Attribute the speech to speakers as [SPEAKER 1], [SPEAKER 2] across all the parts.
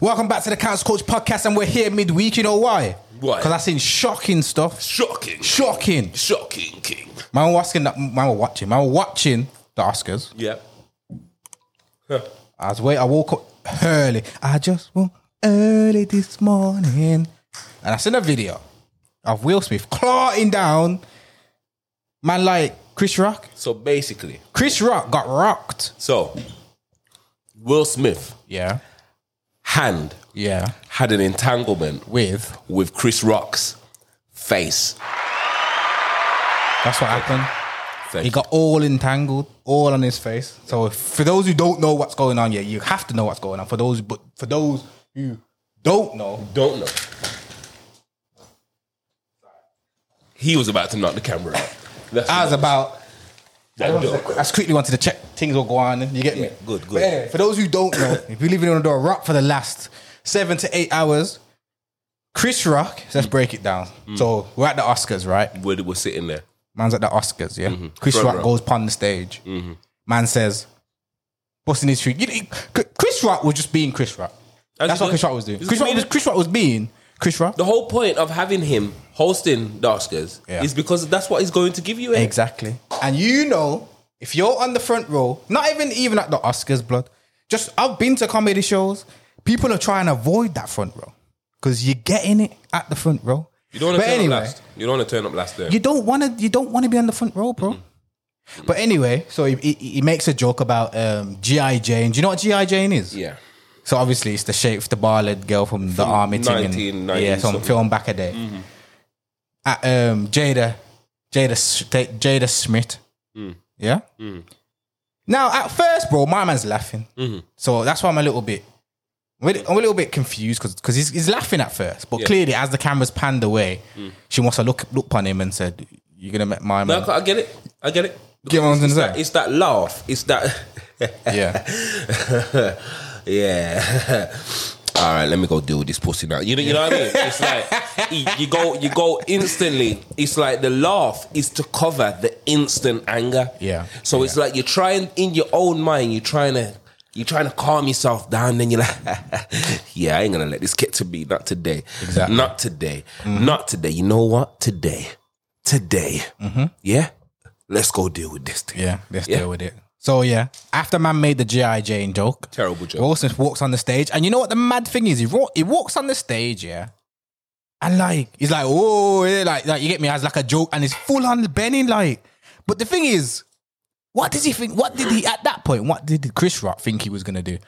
[SPEAKER 1] Welcome back to the Couch Coach podcast, and we're here midweek. You know why?
[SPEAKER 2] Why?
[SPEAKER 1] Because I seen shocking stuff.
[SPEAKER 2] Shocking.
[SPEAKER 1] Shocking.
[SPEAKER 2] Shocking king.
[SPEAKER 1] Man, we're asking that. Man, we're watching. Man, we're watching the Oscars.
[SPEAKER 2] Yeah.
[SPEAKER 1] I was wait. I woke up early. I just woke early this morning, and I seen a video of Will Smith clawing down. Man, like Chris Rock.
[SPEAKER 2] So basically,
[SPEAKER 1] Chris Rock got rocked.
[SPEAKER 2] so Will Smith
[SPEAKER 1] Yeah.
[SPEAKER 2] hand
[SPEAKER 1] Yeah.
[SPEAKER 2] had an entanglement
[SPEAKER 1] With
[SPEAKER 2] with Chris Rock's face.
[SPEAKER 1] that's what happened.
[SPEAKER 2] Thank
[SPEAKER 1] He
[SPEAKER 2] you.
[SPEAKER 1] got all entangled, all on his face. So for those who don't know what's going on yet, you have to know what's going on. For those, but for those who don't know,
[SPEAKER 2] Don't know. He was about to knock the camera out. That's
[SPEAKER 1] I was about. I
[SPEAKER 2] that
[SPEAKER 1] wanted
[SPEAKER 2] dog.
[SPEAKER 1] to- I quickly wanted to check things will go on. You get me?
[SPEAKER 2] Yeah, good, good.
[SPEAKER 1] But anyway, for those who don't know, if you're living under a rock for the last seven to eight hours, Chris Rock. Let's break it down.
[SPEAKER 2] Mm.
[SPEAKER 1] So we're at the Oscars, right?
[SPEAKER 2] We're, we're sitting there.
[SPEAKER 1] Man's at the Oscars, yeah. Chris
[SPEAKER 2] Mm-hmm.
[SPEAKER 1] Rock
[SPEAKER 2] Front row. Mm-hmm.
[SPEAKER 1] goes upon the stage. Man says, busting his feet. You know, Chris Rock was just being Chris Rock.
[SPEAKER 2] As
[SPEAKER 1] That's
[SPEAKER 2] he
[SPEAKER 1] what
[SPEAKER 2] was.
[SPEAKER 1] Chris Rock was doing.
[SPEAKER 2] He's
[SPEAKER 1] Chris Rock
[SPEAKER 2] being-
[SPEAKER 1] was, Chris Rock was being Chris Rock.
[SPEAKER 2] The whole point of having him hosting the Oscars
[SPEAKER 1] Yeah.
[SPEAKER 2] is because that's what he's going to give you. eh?
[SPEAKER 1] Exactly. And you know, if you're on the front row, not even even at the Oscars, blood. Just I've been to comedy shows. People are trying to avoid that front row because you're getting it at the front row.
[SPEAKER 2] You don't want
[SPEAKER 1] But
[SPEAKER 2] to turn
[SPEAKER 1] anyway,
[SPEAKER 2] up last. You don't want to turn up last there.
[SPEAKER 1] you don't want to you don't want to be on the front row, bro. But anyway, so he, he, he makes a joke about um, GI Jane. Do you know what GI Jane is?
[SPEAKER 2] yeah.
[SPEAKER 1] So obviously it's the shape the barled girl from the army team, and-
[SPEAKER 2] 1990
[SPEAKER 1] yeah, some
[SPEAKER 2] something. Mm-hmm.
[SPEAKER 1] film back a day. At, um, Jada, Jada, S- Ta- Jada Smith.
[SPEAKER 2] Mm.
[SPEAKER 1] Yeah. Now at first, bro, my man's laughing,
[SPEAKER 2] Mm-hmm.
[SPEAKER 1] so that's why I'm a little bit. I'm a little bit confused because he's, he's laughing at first, but clearly as the cameras panned away, she must have looked looked on him and said, "You're gonna make my
[SPEAKER 2] Mm. No,
[SPEAKER 1] man."
[SPEAKER 2] I get it. I get it.
[SPEAKER 1] Get what I'm
[SPEAKER 2] it's,
[SPEAKER 1] saying?
[SPEAKER 2] that, it's that laugh. It's that.
[SPEAKER 1] Yeah.
[SPEAKER 2] yeah. All right, let me go deal with this pussy now. You know, you know what I mean? It's like you- you go, you go instantly. It's like the laugh is to cover the instant anger.
[SPEAKER 1] Yeah.
[SPEAKER 2] So it's like you're trying in your own mind. You're trying to, you're trying to calm yourself down. Then you're like, yeah, I ain't gonna let this get to me. Not today.
[SPEAKER 1] Exactly.
[SPEAKER 2] Not today. Not today. You know what? Today. Today.
[SPEAKER 1] Mm-hmm.
[SPEAKER 2] Yeah. Let's go deal with this thing.
[SPEAKER 1] Yeah, let's
[SPEAKER 2] Yeah.
[SPEAKER 1] deal with it. So yeah, after man made the GI Jane joke,
[SPEAKER 2] Terrible joke.
[SPEAKER 1] Will Smith walks on the stage, and you know what the mad thing is? He wa- he walks on the stage, yeah, and like he's like, oh, yeah, like like you get me as like a joke, and it's full on bending like. But the thing is, what does he think? What did he at that point? What did Chris Rock think he was gonna do?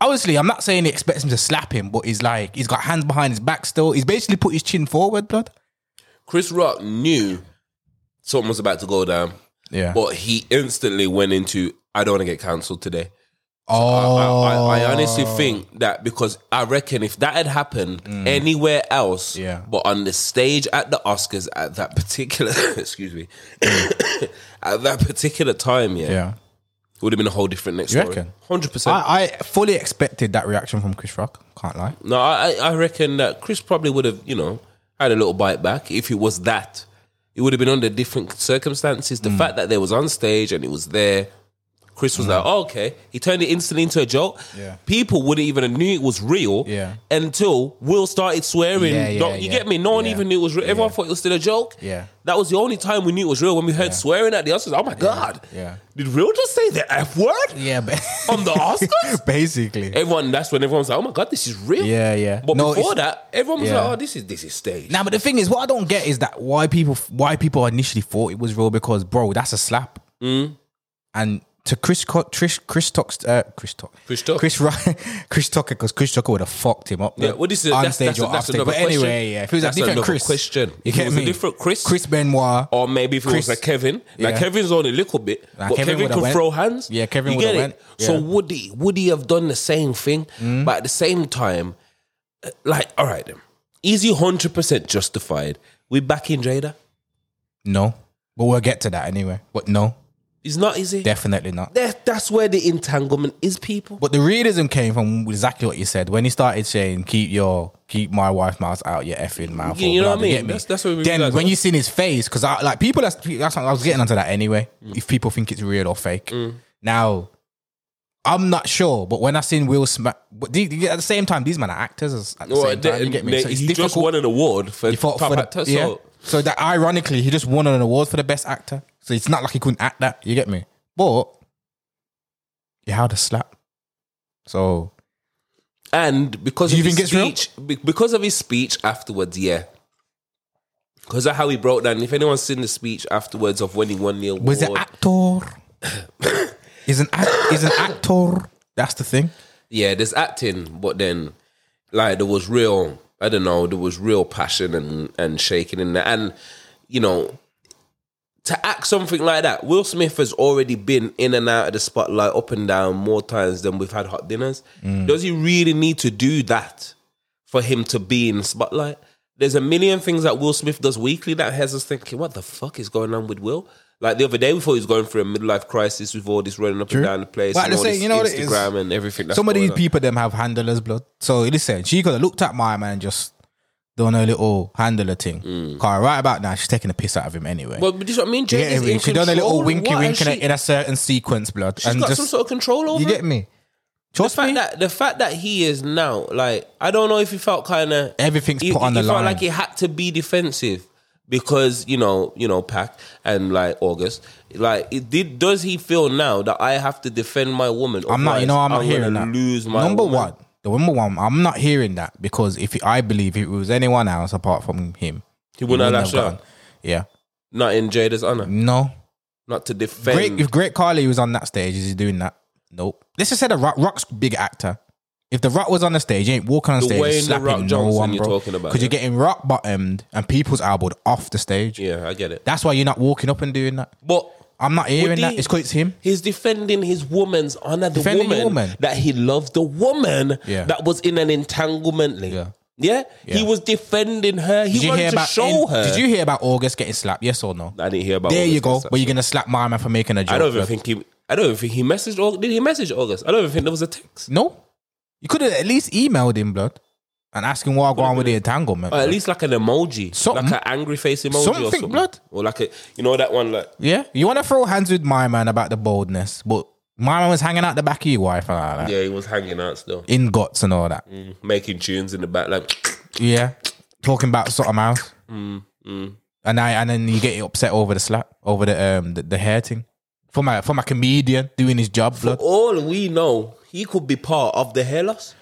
[SPEAKER 1] Obviously, I'm not saying he expects him to slap him, but he's like he's got hands behind his back still. He's basically put his chin forward, blood.
[SPEAKER 2] Chris Rock knew something was about to go down,
[SPEAKER 1] Yeah.
[SPEAKER 2] but he instantly went into, I don't want to get cancelled today.
[SPEAKER 1] oh,
[SPEAKER 2] I, I, I honestly think that because I reckon if that had happened anywhere else,
[SPEAKER 1] Mm. Yeah.
[SPEAKER 2] but on the stage at the Oscars at that particular, excuse me, at that particular time, yeah,
[SPEAKER 1] yeah.
[SPEAKER 2] it would have been a whole different next
[SPEAKER 1] You
[SPEAKER 2] story.
[SPEAKER 1] reckon?
[SPEAKER 2] 100%.
[SPEAKER 1] I, I fully expected that reaction from Chris Rock. Can't lie.
[SPEAKER 2] No, I, I I reckon that Chris probably would have, you know, had a little bite back if it was that. It would have been under different circumstances.
[SPEAKER 1] Mm.
[SPEAKER 2] The fact that they was on stage and it was there, Chris was like, oh, okay. He turned it instantly into a joke.
[SPEAKER 1] Yeah.
[SPEAKER 2] People wouldn't even have knew it was real
[SPEAKER 1] Yeah.
[SPEAKER 2] until Will started swearing.
[SPEAKER 1] Yeah, yeah,
[SPEAKER 2] Don't- you
[SPEAKER 1] yeah.
[SPEAKER 2] get me? No one
[SPEAKER 1] Yeah.
[SPEAKER 2] even knew it was real. Everyone thought it was still a joke.
[SPEAKER 1] Yeah.
[SPEAKER 2] That was the only time we knew it was real when we heard swearing at the Oscars. Oh my God.
[SPEAKER 1] Yeah.
[SPEAKER 2] Did Will just say the F word?
[SPEAKER 1] Yeah, but
[SPEAKER 2] On the Oscars? Eh.
[SPEAKER 1] basically.
[SPEAKER 2] Everyone, that's when everyone was like, "Oh my god, this is real."
[SPEAKER 1] Yeah, yeah.
[SPEAKER 2] But
[SPEAKER 1] No,
[SPEAKER 2] before
[SPEAKER 1] it's-
[SPEAKER 2] that, everyone was
[SPEAKER 1] Yeah.
[SPEAKER 2] like, "Oh, this is this is stage."
[SPEAKER 1] Now, but the thing is, what I don't get is that why people why people initially thought it was real because bro, that's a slap.
[SPEAKER 2] Hmm.
[SPEAKER 1] And to Chris Co- Trish, Chris Tuck, uh, Chris Tuck,
[SPEAKER 2] Chris Tuck.
[SPEAKER 1] Chris Ro- Chris Tucker, because Chris Tucker would have fucked him up.
[SPEAKER 2] yeah,
[SPEAKER 1] man.
[SPEAKER 2] well, this is
[SPEAKER 1] on
[SPEAKER 2] that's,
[SPEAKER 1] stage
[SPEAKER 2] that's,
[SPEAKER 1] or
[SPEAKER 2] that's
[SPEAKER 1] off stage.
[SPEAKER 2] another
[SPEAKER 1] But
[SPEAKER 2] question.
[SPEAKER 1] anyway, yeah, if it was
[SPEAKER 2] That's
[SPEAKER 1] a different
[SPEAKER 2] another
[SPEAKER 1] Chris,
[SPEAKER 2] question.
[SPEAKER 1] you
[SPEAKER 2] If
[SPEAKER 1] get
[SPEAKER 2] it was
[SPEAKER 1] me?
[SPEAKER 2] a different Chris, Oh.
[SPEAKER 1] Chris Benoit,
[SPEAKER 2] or maybe if it
[SPEAKER 1] Chris-
[SPEAKER 2] was like Kevin. Now
[SPEAKER 1] Yeah.
[SPEAKER 2] Kevin's only a little bit,
[SPEAKER 1] Nah, Kevin
[SPEAKER 2] but Kevin,
[SPEAKER 1] would've
[SPEAKER 2] could
[SPEAKER 1] went.
[SPEAKER 2] throw hands.
[SPEAKER 1] Yeah, Kevin
[SPEAKER 2] You get
[SPEAKER 1] would've
[SPEAKER 2] it?
[SPEAKER 1] went.
[SPEAKER 2] So
[SPEAKER 1] Yeah. Mm.
[SPEAKER 2] would he would he have done the same thing? But at the same time, uh, like, all right, then, easy hundred percent justified. We back in Jada.
[SPEAKER 1] no, but we'll get to that anyway. But no,
[SPEAKER 2] It's not easy.
[SPEAKER 1] definitely not.
[SPEAKER 2] That- that's where the entanglement is, people.
[SPEAKER 1] But the realism came from exactly what you said when he started saying, "Keep your, keep my wife mouth out your effing mouth."
[SPEAKER 2] You-
[SPEAKER 1] or
[SPEAKER 2] you know
[SPEAKER 1] blah,
[SPEAKER 2] what I mean?
[SPEAKER 1] you get me?
[SPEAKER 2] That's- that's what we
[SPEAKER 1] then
[SPEAKER 2] realised,
[SPEAKER 1] when
[SPEAKER 2] huh?
[SPEAKER 1] you seen his face, because I like people.
[SPEAKER 2] Mm.
[SPEAKER 1] That's that's what I was getting onto that anyway. If people think it's real or fake, now I'm not sure, but when I seen Will Smith, but the- the- at the same time, these men are actors as- at the
[SPEAKER 2] Well,
[SPEAKER 1] same
[SPEAKER 2] they-
[SPEAKER 1] time. you get me?
[SPEAKER 2] they-
[SPEAKER 1] so it's
[SPEAKER 2] he just
[SPEAKER 1] difficult.
[SPEAKER 2] won an award for
[SPEAKER 1] He fought
[SPEAKER 2] top
[SPEAKER 1] for the-
[SPEAKER 2] actor.
[SPEAKER 1] yeah.
[SPEAKER 2] So
[SPEAKER 1] So that ironically, he just won an award for the best actor. So it's not like he couldn't act that. You get me? But he had a slap. So
[SPEAKER 2] and because
[SPEAKER 1] Do you
[SPEAKER 2] of
[SPEAKER 1] think
[SPEAKER 2] his
[SPEAKER 1] it's real?
[SPEAKER 2] speech, be- because of his speech afterwards, yeah. Because of how he broke down. If anyone's seen the speech afterwards of when he won the award,
[SPEAKER 1] was an actor? is an act, is an actor? That's the thing.
[SPEAKER 2] yeah, there's acting, but then like there was real, I don't know, there was real passion and and shaking in there, and you know, to act something like that, Will Smith has already been in and out of the spotlight, up and down more times than we've had hot dinners.
[SPEAKER 1] Mm.
[SPEAKER 2] Does he really need to do that for him to be in the spotlight? There's a million things that Will Smith does weekly that has us thinking, what the fuck is going on with Will? Like the other day, we thought he was going through a midlife crisis with all this running up and down the place,
[SPEAKER 1] But
[SPEAKER 2] and
[SPEAKER 1] at
[SPEAKER 2] all
[SPEAKER 1] the same-
[SPEAKER 2] this
[SPEAKER 1] you know what it is?
[SPEAKER 2] Instagram and everything. That's
[SPEAKER 1] Some of
[SPEAKER 2] going
[SPEAKER 1] these
[SPEAKER 2] on.
[SPEAKER 1] people them have handlers blood. So listen, she could have looked at my man and just done her little handler thing. Cause right about now, she's taking the piss out of him anyway.
[SPEAKER 2] Well, Mm. but this is what I mean. Jade
[SPEAKER 1] Yeah,
[SPEAKER 2] is
[SPEAKER 1] really.
[SPEAKER 2] in
[SPEAKER 1] she done a little
[SPEAKER 2] control.
[SPEAKER 1] winky
[SPEAKER 2] Why
[SPEAKER 1] wink
[SPEAKER 2] is
[SPEAKER 1] in, a,
[SPEAKER 2] she-
[SPEAKER 1] in a certain sequence, blood.
[SPEAKER 2] She's
[SPEAKER 1] and
[SPEAKER 2] got
[SPEAKER 1] just
[SPEAKER 2] some sort of control over.
[SPEAKER 1] you
[SPEAKER 2] it.
[SPEAKER 1] get me.
[SPEAKER 2] the
[SPEAKER 1] Trust
[SPEAKER 2] fact
[SPEAKER 1] me.
[SPEAKER 2] that the fact that he is now like I don't know if he felt kind of
[SPEAKER 1] Everything's
[SPEAKER 2] he,
[SPEAKER 1] put on
[SPEAKER 2] he
[SPEAKER 1] the
[SPEAKER 2] felt
[SPEAKER 1] line.
[SPEAKER 2] like he had to be defensive because you know you know Pac and like August like it did does he feel now that I have to defend my woman?
[SPEAKER 1] I'm not. You know, I'm not
[SPEAKER 2] Otherwise,
[SPEAKER 1] hearing
[SPEAKER 2] gonna
[SPEAKER 1] that.
[SPEAKER 2] Lose my
[SPEAKER 1] number
[SPEAKER 2] woman.
[SPEAKER 1] one, the number one. I'm not hearing that because if it- I believe it was anyone else apart from him,
[SPEAKER 2] He would not
[SPEAKER 1] wouldn't
[SPEAKER 2] lash
[SPEAKER 1] have gone.
[SPEAKER 2] out.
[SPEAKER 1] Yeah.
[SPEAKER 2] Not in Jada's honor.
[SPEAKER 1] No.
[SPEAKER 2] Not to defend.
[SPEAKER 1] Great. If Great Carly was on that stage, is he doing that? Nope. Let's just say the Rock, Rock's big actor. If the Rock was on the stage, he ain't walking on
[SPEAKER 2] The
[SPEAKER 1] stage and
[SPEAKER 2] Wayne The
[SPEAKER 1] slapping
[SPEAKER 2] Rock
[SPEAKER 1] no
[SPEAKER 2] Johnson
[SPEAKER 1] one,
[SPEAKER 2] you're
[SPEAKER 1] bro.
[SPEAKER 2] talking about,
[SPEAKER 1] you're
[SPEAKER 2] yeah.
[SPEAKER 1] getting rock bottomed and people's elbowed off the stage.
[SPEAKER 2] yeah, I get it.
[SPEAKER 1] That's why you're not walking up and doing that.
[SPEAKER 2] But
[SPEAKER 1] I'm not hearing
[SPEAKER 2] Would
[SPEAKER 1] that.
[SPEAKER 2] he-
[SPEAKER 1] It's 'cause it's him.
[SPEAKER 2] He's defending his woman's honor, the
[SPEAKER 1] Defending the
[SPEAKER 2] woman,
[SPEAKER 1] woman.
[SPEAKER 2] that he loved, the woman
[SPEAKER 1] Yeah.
[SPEAKER 2] that was in an entanglement. Link.
[SPEAKER 1] Yeah.
[SPEAKER 2] Yeah? he was defending her. He wanted to show her.
[SPEAKER 1] Did you hear about August getting slapped? Yes or no?
[SPEAKER 2] I didn't hear about.
[SPEAKER 1] There
[SPEAKER 2] August
[SPEAKER 1] you go.
[SPEAKER 2] Gasset.
[SPEAKER 1] Where you're gonna slap my man for making a joke?
[SPEAKER 2] I don't even
[SPEAKER 1] bro.
[SPEAKER 2] think he. I don't even think he messaged. August. Did he message August? I don't even think there was a text.
[SPEAKER 1] No, you could have at least emailed him, blood, and ask him what I go on with the entanglement.
[SPEAKER 2] Or at
[SPEAKER 1] blood.
[SPEAKER 2] least like an emoji,
[SPEAKER 1] Something.
[SPEAKER 2] like an angry face emoji, or
[SPEAKER 1] Something,
[SPEAKER 2] something.
[SPEAKER 1] blood.
[SPEAKER 2] or like a you know that one like
[SPEAKER 1] yeah, you want to throw hands with my man about the boldness, but my man was hanging out the back of your wife and all that,
[SPEAKER 2] yeah, he was hanging out still,
[SPEAKER 1] in guts and all that.
[SPEAKER 2] Mm. making tunes in the back like.
[SPEAKER 1] Yeah, talking about something else,
[SPEAKER 2] Mm,
[SPEAKER 1] and I and then you get upset over the slap, over the um the, the hair thing. For my for my comedian doing his job, blood.
[SPEAKER 2] All we know, he could be part of the hair loss,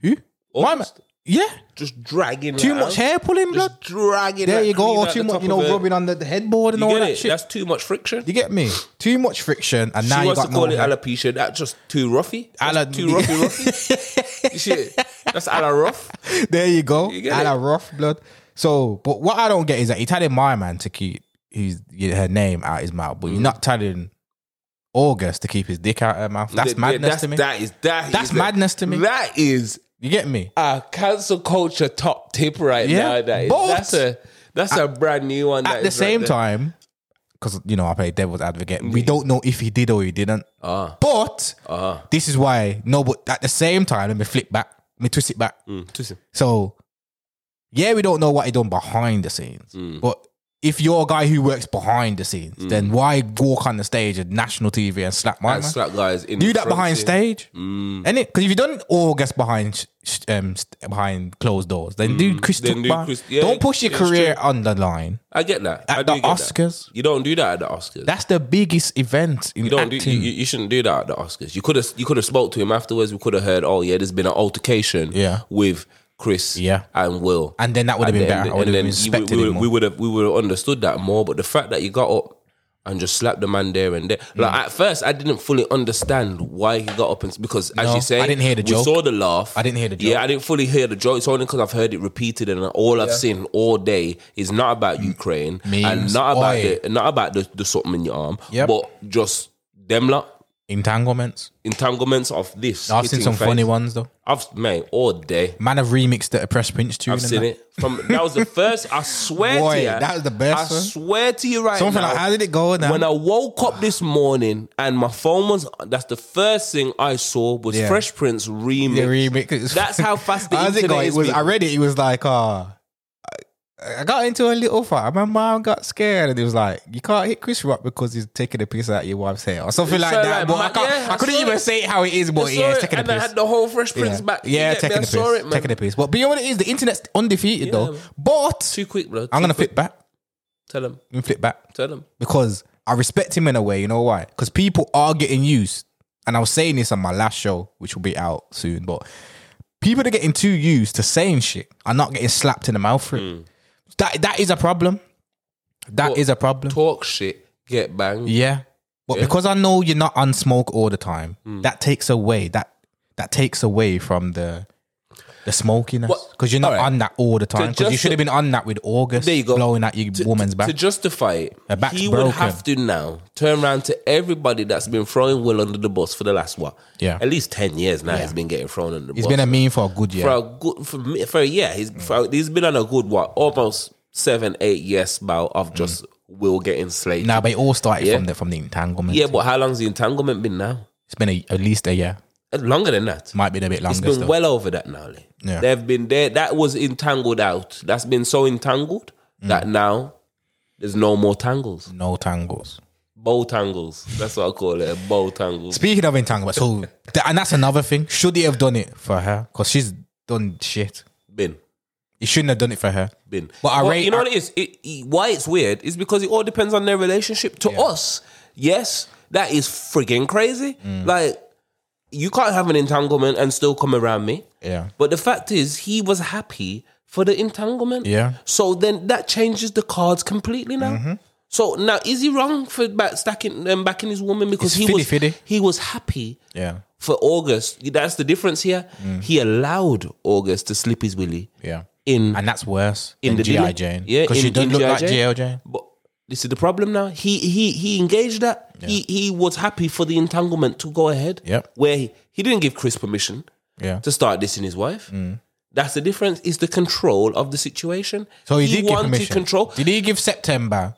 [SPEAKER 1] Who? My man.
[SPEAKER 2] August.
[SPEAKER 1] Yeah.
[SPEAKER 2] just dragging
[SPEAKER 1] Too
[SPEAKER 2] that
[SPEAKER 1] much
[SPEAKER 2] out.
[SPEAKER 1] hair pulling, blood.
[SPEAKER 2] Just dragging.
[SPEAKER 1] There
[SPEAKER 2] that
[SPEAKER 1] you
[SPEAKER 2] clean
[SPEAKER 1] go. Or
[SPEAKER 2] out
[SPEAKER 1] too
[SPEAKER 2] the
[SPEAKER 1] much,
[SPEAKER 2] top
[SPEAKER 1] you
[SPEAKER 2] of
[SPEAKER 1] know,
[SPEAKER 2] it.
[SPEAKER 1] rubbing on the, the headboard and
[SPEAKER 2] You
[SPEAKER 1] all
[SPEAKER 2] get
[SPEAKER 1] that
[SPEAKER 2] it?
[SPEAKER 1] shit.
[SPEAKER 2] That's too much friction.
[SPEAKER 1] you get me? Too much friction, and now
[SPEAKER 2] She
[SPEAKER 1] you
[SPEAKER 2] wants
[SPEAKER 1] got
[SPEAKER 2] to call
[SPEAKER 1] no
[SPEAKER 2] it
[SPEAKER 1] hair.
[SPEAKER 2] alopecia. That's just too roughy. That's
[SPEAKER 1] Ala-
[SPEAKER 2] too roughy, roughy. Shit. That's ala rough.
[SPEAKER 1] There you go.
[SPEAKER 2] You get
[SPEAKER 1] and
[SPEAKER 2] it?
[SPEAKER 1] a rough blood. So, but what I don't get is that you're telling my man to keep his her name out his mouth, but you're
[SPEAKER 2] Mm.
[SPEAKER 1] not telling August to keep his dick out her mouth. That's
[SPEAKER 2] Yeah,
[SPEAKER 1] madness
[SPEAKER 2] that's,
[SPEAKER 1] to me.
[SPEAKER 2] That is that.
[SPEAKER 1] That's
[SPEAKER 2] is a-
[SPEAKER 1] madness to me.
[SPEAKER 2] That is
[SPEAKER 1] You get me?
[SPEAKER 2] a cancel culture top tip right
[SPEAKER 1] Yeah,
[SPEAKER 2] now. That is.
[SPEAKER 1] but-
[SPEAKER 2] That's a that's a brand new one. that
[SPEAKER 1] At the
[SPEAKER 2] is right
[SPEAKER 1] same
[SPEAKER 2] there.
[SPEAKER 1] time, because you know I play devil's advocate, we don't know if he did or he didn't.
[SPEAKER 2] Ah.
[SPEAKER 1] But
[SPEAKER 2] Uh-huh.
[SPEAKER 1] this is why no. But at the same time, let me flip back, let me twist it back.
[SPEAKER 2] Mm, twist it.
[SPEAKER 1] So, yeah, we don't know what he done behind the scenes,
[SPEAKER 2] Mm.
[SPEAKER 1] but if you're a guy who works behind the scenes, then why walk on the stage at national TV and slap my
[SPEAKER 2] And
[SPEAKER 1] man?
[SPEAKER 2] slap Mm. guys in
[SPEAKER 1] Do
[SPEAKER 2] the
[SPEAKER 1] that
[SPEAKER 2] front
[SPEAKER 1] behind
[SPEAKER 2] here.
[SPEAKER 1] stage, and it because if you done August behind sh- sh- um, st- behind closed doors, then do Chris.
[SPEAKER 2] Mm. Then
[SPEAKER 1] Tuck
[SPEAKER 2] do
[SPEAKER 1] behind-
[SPEAKER 2] Chris- yeah,
[SPEAKER 1] don't push your
[SPEAKER 2] it's true.
[SPEAKER 1] career on the line.
[SPEAKER 2] I get that.
[SPEAKER 1] At
[SPEAKER 2] I do
[SPEAKER 1] the
[SPEAKER 2] get that.
[SPEAKER 1] Oscars.
[SPEAKER 2] you don't do that at the Oscars.
[SPEAKER 1] That's the biggest event in
[SPEAKER 2] You don't do,
[SPEAKER 1] acting.
[SPEAKER 2] you, you shouldn't do that at the Oscars. You could have you could have spoke to him afterwards. We could have heard, oh yeah, there's been an altercation
[SPEAKER 1] Yeah.
[SPEAKER 2] with Chris
[SPEAKER 1] Yeah.
[SPEAKER 2] and Will.
[SPEAKER 1] and then that would have been better. I would have
[SPEAKER 2] then you-
[SPEAKER 1] respected
[SPEAKER 2] we,
[SPEAKER 1] him
[SPEAKER 2] would-
[SPEAKER 1] more.
[SPEAKER 2] we would have we would have understood that more. But the fact that you got up and just slapped the man there and there, like at first, I didn't fully understand why he got up and s- because as
[SPEAKER 1] No,
[SPEAKER 2] you say,
[SPEAKER 1] I didn't hear the
[SPEAKER 2] we
[SPEAKER 1] joke.
[SPEAKER 2] saw the laugh.
[SPEAKER 1] I didn't hear the
[SPEAKER 2] Yeah, I didn't fully hear the joke. It's only because I've heard it repeated and all I've seen all day is not about Ukraine and
[SPEAKER 1] Memes.
[SPEAKER 2] not about
[SPEAKER 1] Oi.
[SPEAKER 2] the not about the, the something in your arm,
[SPEAKER 1] Yep.
[SPEAKER 2] but just them lot
[SPEAKER 1] Entanglements.
[SPEAKER 2] entanglements of this.
[SPEAKER 1] I've seen
[SPEAKER 2] hitting
[SPEAKER 1] some
[SPEAKER 2] face.
[SPEAKER 1] funny ones though.
[SPEAKER 2] I've mate all day.
[SPEAKER 1] Man have remixed the Oppressed Prince tune.
[SPEAKER 2] I've
[SPEAKER 1] and
[SPEAKER 2] seen
[SPEAKER 1] that.
[SPEAKER 2] it from that was the first. I swear
[SPEAKER 1] Boy,
[SPEAKER 2] to you,
[SPEAKER 1] that was the best
[SPEAKER 2] I
[SPEAKER 1] one.
[SPEAKER 2] swear to you, right
[SPEAKER 1] Something
[SPEAKER 2] now.
[SPEAKER 1] like, how did it go now?
[SPEAKER 2] when I woke up this morning and my phone was, that's the first thing I saw was
[SPEAKER 1] Yeah.
[SPEAKER 2] Fresh Prince remix.
[SPEAKER 1] the remix.
[SPEAKER 2] That's how fast the
[SPEAKER 1] How's it
[SPEAKER 2] internet
[SPEAKER 1] going? It
[SPEAKER 2] is
[SPEAKER 1] was. I
[SPEAKER 2] being-
[SPEAKER 1] read it. It was like, uh, I got into a little fight. My mom got scared and it was like, "You can't hit Chris Rock because he's taking a piss out of your wife's hair or something like
[SPEAKER 2] So,
[SPEAKER 1] that."
[SPEAKER 2] like,
[SPEAKER 1] but
[SPEAKER 2] my-
[SPEAKER 1] I, can't,
[SPEAKER 2] yeah,
[SPEAKER 1] I
[SPEAKER 2] I
[SPEAKER 1] couldn't
[SPEAKER 2] saw
[SPEAKER 1] even
[SPEAKER 2] it.
[SPEAKER 1] say it how it is, but
[SPEAKER 2] I
[SPEAKER 1] yeah,
[SPEAKER 2] saw
[SPEAKER 1] it's
[SPEAKER 2] it,
[SPEAKER 1] taking a
[SPEAKER 2] and I
[SPEAKER 1] piss.
[SPEAKER 2] had the whole Fresh Prince
[SPEAKER 1] yeah,
[SPEAKER 2] back. You
[SPEAKER 1] yeah
[SPEAKER 2] get me?
[SPEAKER 1] taking
[SPEAKER 2] I
[SPEAKER 1] a
[SPEAKER 2] saw
[SPEAKER 1] piss.
[SPEAKER 2] it, man.
[SPEAKER 1] taking a piss. But beyond it is, the internet's undefeated though.
[SPEAKER 2] man.
[SPEAKER 1] But
[SPEAKER 2] Too quick, bro.
[SPEAKER 1] I'm
[SPEAKER 2] Too
[SPEAKER 1] gonna
[SPEAKER 2] quick.
[SPEAKER 1] flip back.
[SPEAKER 2] Tell him.
[SPEAKER 1] I'm gonna flip back
[SPEAKER 2] Tell him.
[SPEAKER 1] because I respect him in a way. You know why? Because people are getting used, and I was saying this on my last show, which will be out soon. But people that are getting too used to saying shit are not getting slapped in the mouth for it.
[SPEAKER 2] Hmm.
[SPEAKER 1] That that is a problem. That is
[SPEAKER 2] But
[SPEAKER 1] a problem.
[SPEAKER 2] Talk shit. Get banged.
[SPEAKER 1] yeah, but because I know you're not on smoke all the time,
[SPEAKER 2] Hmm.
[SPEAKER 1] that takes away that that takes away from the. The smokiness,
[SPEAKER 2] What-
[SPEAKER 1] because you're not
[SPEAKER 2] Alright.
[SPEAKER 1] on that all the time. Because you
[SPEAKER 2] just-
[SPEAKER 1] should have been on that with August,
[SPEAKER 2] There you go.
[SPEAKER 1] blowing at your woman's back.
[SPEAKER 2] To justify it,
[SPEAKER 1] Her back's
[SPEAKER 2] he
[SPEAKER 1] broken.
[SPEAKER 2] would have to now turn around to everybody that's been throwing Will under the bus for the last what?
[SPEAKER 1] Yeah.
[SPEAKER 2] At least 10 years now he's been getting thrown under the
[SPEAKER 1] He's
[SPEAKER 2] bus.
[SPEAKER 1] been a Mm. meme for a good year.
[SPEAKER 2] for a good for me for a year. He's for, he's been on a good what almost seven eight year spell
[SPEAKER 1] Mm.
[SPEAKER 2] of just Will getting slated.
[SPEAKER 1] No, but it all started
[SPEAKER 2] Yeah.
[SPEAKER 1] from the from the entanglement.
[SPEAKER 2] yeah, but how long's the entanglement been now?
[SPEAKER 1] It's been a, at least a year.
[SPEAKER 2] Uh, Longer than that.
[SPEAKER 1] Might be a bit longer.
[SPEAKER 2] It's been
[SPEAKER 1] still.
[SPEAKER 2] well over that now. Lee.
[SPEAKER 1] Yeah.
[SPEAKER 2] They've been there. That was entangled out. That's been so entangled
[SPEAKER 1] Mm.
[SPEAKER 2] that now there's no more tangles.
[SPEAKER 1] no tangles.
[SPEAKER 2] Bow tangles. That's what I call it. a Bow tangles.
[SPEAKER 1] Speaking of entanglement, so th- and that's another thing. Should he have done it for her? Because she's done shit.
[SPEAKER 2] Bin.
[SPEAKER 1] He shouldn't have done it for her.
[SPEAKER 2] Bin.
[SPEAKER 1] But I rate-
[SPEAKER 2] you know
[SPEAKER 1] I-
[SPEAKER 2] what it is? It, it- why it's weird is because it all depends on their relationship to us. Yes, that is frigging crazy.
[SPEAKER 1] Mm.
[SPEAKER 2] Like, you can't have an entanglement and still come around me.
[SPEAKER 1] Yeah.
[SPEAKER 2] But the fact is, he was happy for the entanglement.
[SPEAKER 1] Yeah. Mm-hmm.
[SPEAKER 2] So then that changes the cards completely now. So now is he wrong for back stacking um, backing his woman because
[SPEAKER 1] It's
[SPEAKER 2] he was
[SPEAKER 1] 50-50.
[SPEAKER 2] he was happy
[SPEAKER 1] Yeah.
[SPEAKER 2] for August. That's the difference here.
[SPEAKER 1] Mm.
[SPEAKER 2] He allowed August to slip his willy
[SPEAKER 1] Yeah.
[SPEAKER 2] in.
[SPEAKER 1] And that's worse
[SPEAKER 2] In
[SPEAKER 1] in
[SPEAKER 2] the
[SPEAKER 1] than
[SPEAKER 2] dealing.
[SPEAKER 1] GI Jane.
[SPEAKER 2] Yeah,
[SPEAKER 1] Because she
[SPEAKER 2] in-
[SPEAKER 1] doesn't
[SPEAKER 2] in
[SPEAKER 1] look
[SPEAKER 2] G.I.
[SPEAKER 1] like GI
[SPEAKER 2] Jane.
[SPEAKER 1] Jane.
[SPEAKER 2] but this is the problem now. He he he engaged that. He he was happy for the entanglement to go ahead.
[SPEAKER 1] Yep.
[SPEAKER 2] Where he, he didn't give Chris permission
[SPEAKER 1] Yeah.
[SPEAKER 2] to start dissing his wife.
[SPEAKER 1] Mm.
[SPEAKER 2] That's the difference. Is the control of the situation.
[SPEAKER 1] So he, did give
[SPEAKER 2] wanted
[SPEAKER 1] permission.
[SPEAKER 2] control.
[SPEAKER 1] Did he give September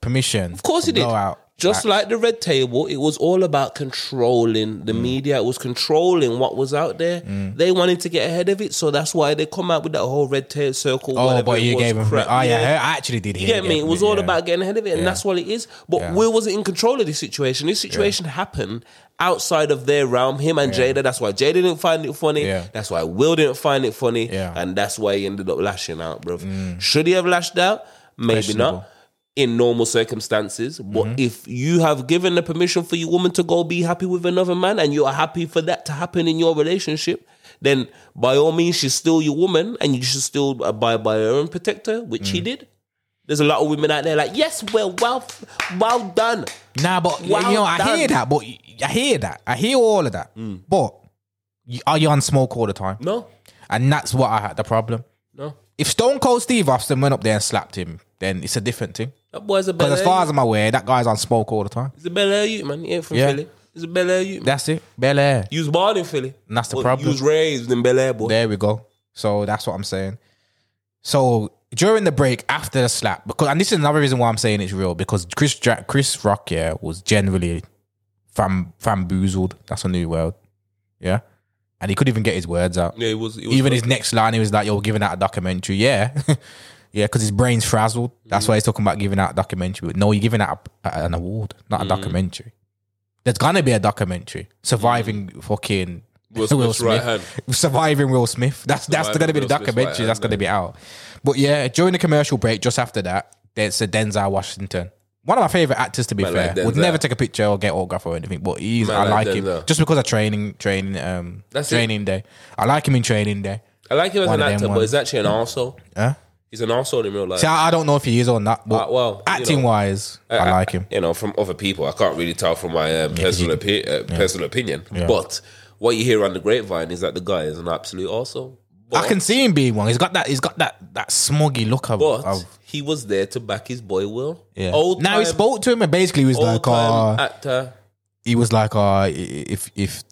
[SPEAKER 1] permission?
[SPEAKER 2] Of course he did.
[SPEAKER 1] Blow out.
[SPEAKER 2] Just like the red table, it was all about controlling
[SPEAKER 1] Mm.
[SPEAKER 2] the media. It was controlling what was out there. They wanted to get ahead of it, so that's why they come out with that whole red tail circle.
[SPEAKER 1] Oh,
[SPEAKER 2] whatever
[SPEAKER 1] but
[SPEAKER 2] it
[SPEAKER 1] you
[SPEAKER 2] was,
[SPEAKER 1] gave him.
[SPEAKER 2] crap.
[SPEAKER 1] Oh, yeah. her- I actually did hear.
[SPEAKER 2] You
[SPEAKER 1] he
[SPEAKER 2] get
[SPEAKER 1] gave
[SPEAKER 2] me? It
[SPEAKER 1] him
[SPEAKER 2] was all
[SPEAKER 1] yeah.
[SPEAKER 2] about getting ahead of it, and that's what it is. But Will wasn't in control of this situation. This situation happened outside of their realm. Him and Jada. That's why Jada didn't find it funny.
[SPEAKER 1] Yeah.
[SPEAKER 2] That's why Will didn't find it funny.
[SPEAKER 1] Yeah. Mm.
[SPEAKER 2] And that's why he ended up lashing out, bruv. Should he have lashed out? Maybe
[SPEAKER 1] Questionable. Mm-hmm.
[SPEAKER 2] not. In normal circumstances, but if you have given the permission for your woman to go be happy with another man, and you're happy for that to happen in your relationship, then by all means, she's still your woman, and you should still abide by her and protect her, which
[SPEAKER 1] Mm.
[SPEAKER 2] he did. There's a lot of women out there like, yes, well, well, well done.
[SPEAKER 1] Nah, but
[SPEAKER 2] Well
[SPEAKER 1] you know, I hear
[SPEAKER 2] done.
[SPEAKER 1] that, but I hear that, I hear all of that.
[SPEAKER 2] Mm.
[SPEAKER 1] But you- are you on smoke all the time?
[SPEAKER 2] No,
[SPEAKER 1] And that's what I had the problem.
[SPEAKER 2] no.
[SPEAKER 1] If Stone Cold Steve Austin went up there and slapped him, then it's a different thing.
[SPEAKER 2] That boy's a
[SPEAKER 1] But
[SPEAKER 2] Bel
[SPEAKER 1] as far
[SPEAKER 2] Air.
[SPEAKER 1] as I'm aware, that guy's on smoke all the time.
[SPEAKER 2] He's a Bel Air youth, man. He ain't from
[SPEAKER 1] Yeah.
[SPEAKER 2] Philly. He's a Bel Air youth. Man.
[SPEAKER 1] That's it. Bel Air.
[SPEAKER 2] He was born in Philly.
[SPEAKER 1] And that's the
[SPEAKER 2] But
[SPEAKER 1] problem.
[SPEAKER 2] He was raised in Bel Air, boy.
[SPEAKER 1] There we go. So that's what I'm saying. So during the break after the slap, because and this is another reason why I'm saying it's real because Chris Dra- Chris Rock yeah was generally fam famboozled. That's a new word. Yeah, and he could even get his words out.
[SPEAKER 2] Yeah, he was. He was
[SPEAKER 1] even his next line, he was like, "You're giving out a documentary." Yeah, yeah, because his brain's frazzled. That's why he's talking about giving out a documentary. But no, you're giving out a, a- an award, not a
[SPEAKER 2] Mm.
[SPEAKER 1] documentary. There's gonna be a documentary surviving fucking
[SPEAKER 2] Mm. Will
[SPEAKER 1] Will
[SPEAKER 2] Smith's
[SPEAKER 1] Smith,
[SPEAKER 2] right hand.
[SPEAKER 1] surviving Will Smith. That's that's
[SPEAKER 2] Surviving
[SPEAKER 1] gonna be the
[SPEAKER 2] Will Smith's right
[SPEAKER 1] documentary.
[SPEAKER 2] hand,
[SPEAKER 1] that's gonna be out. But yeah, during the commercial break, just after that, there's a Denzel Washington. One of my favorite actors, to be
[SPEAKER 2] Man
[SPEAKER 1] fair,
[SPEAKER 2] like
[SPEAKER 1] would
[SPEAKER 2] Denzel.
[SPEAKER 1] never take a picture or get autograph or anything. But he's,
[SPEAKER 2] Man
[SPEAKER 1] I
[SPEAKER 2] like
[SPEAKER 1] like him
[SPEAKER 2] Denzel.
[SPEAKER 1] just because of training, training, um,
[SPEAKER 2] That's it.
[SPEAKER 1] training day. I like him in training day.
[SPEAKER 2] I like him as
[SPEAKER 1] One
[SPEAKER 2] an
[SPEAKER 1] of them
[SPEAKER 2] actor, but
[SPEAKER 1] ones.
[SPEAKER 2] he's actually an arsehole.
[SPEAKER 1] Huh?
[SPEAKER 2] He's an arsehole in real life.
[SPEAKER 1] See, I, I don't know if he is or not, but
[SPEAKER 2] Uh, well, you
[SPEAKER 1] acting
[SPEAKER 2] know. Uh,
[SPEAKER 1] wise, I like him.
[SPEAKER 2] you know, from other people. I can't really tell from my um, personal opi- uh, personal opinion. But what you hear on the grapevine is that the guy is an absolute arsehole. But,
[SPEAKER 1] I can see him being one. He's got that. He's got that that smoggy look of.
[SPEAKER 2] but
[SPEAKER 1] of-
[SPEAKER 2] he was there to back his boy Will.
[SPEAKER 1] Oh. yeah.
[SPEAKER 2] Old
[SPEAKER 1] now he
[SPEAKER 2] time-
[SPEAKER 1] spoke to him and basically he was
[SPEAKER 2] old
[SPEAKER 1] like,
[SPEAKER 2] time
[SPEAKER 1] uh,
[SPEAKER 2] actor.
[SPEAKER 1] he was like, uh, if if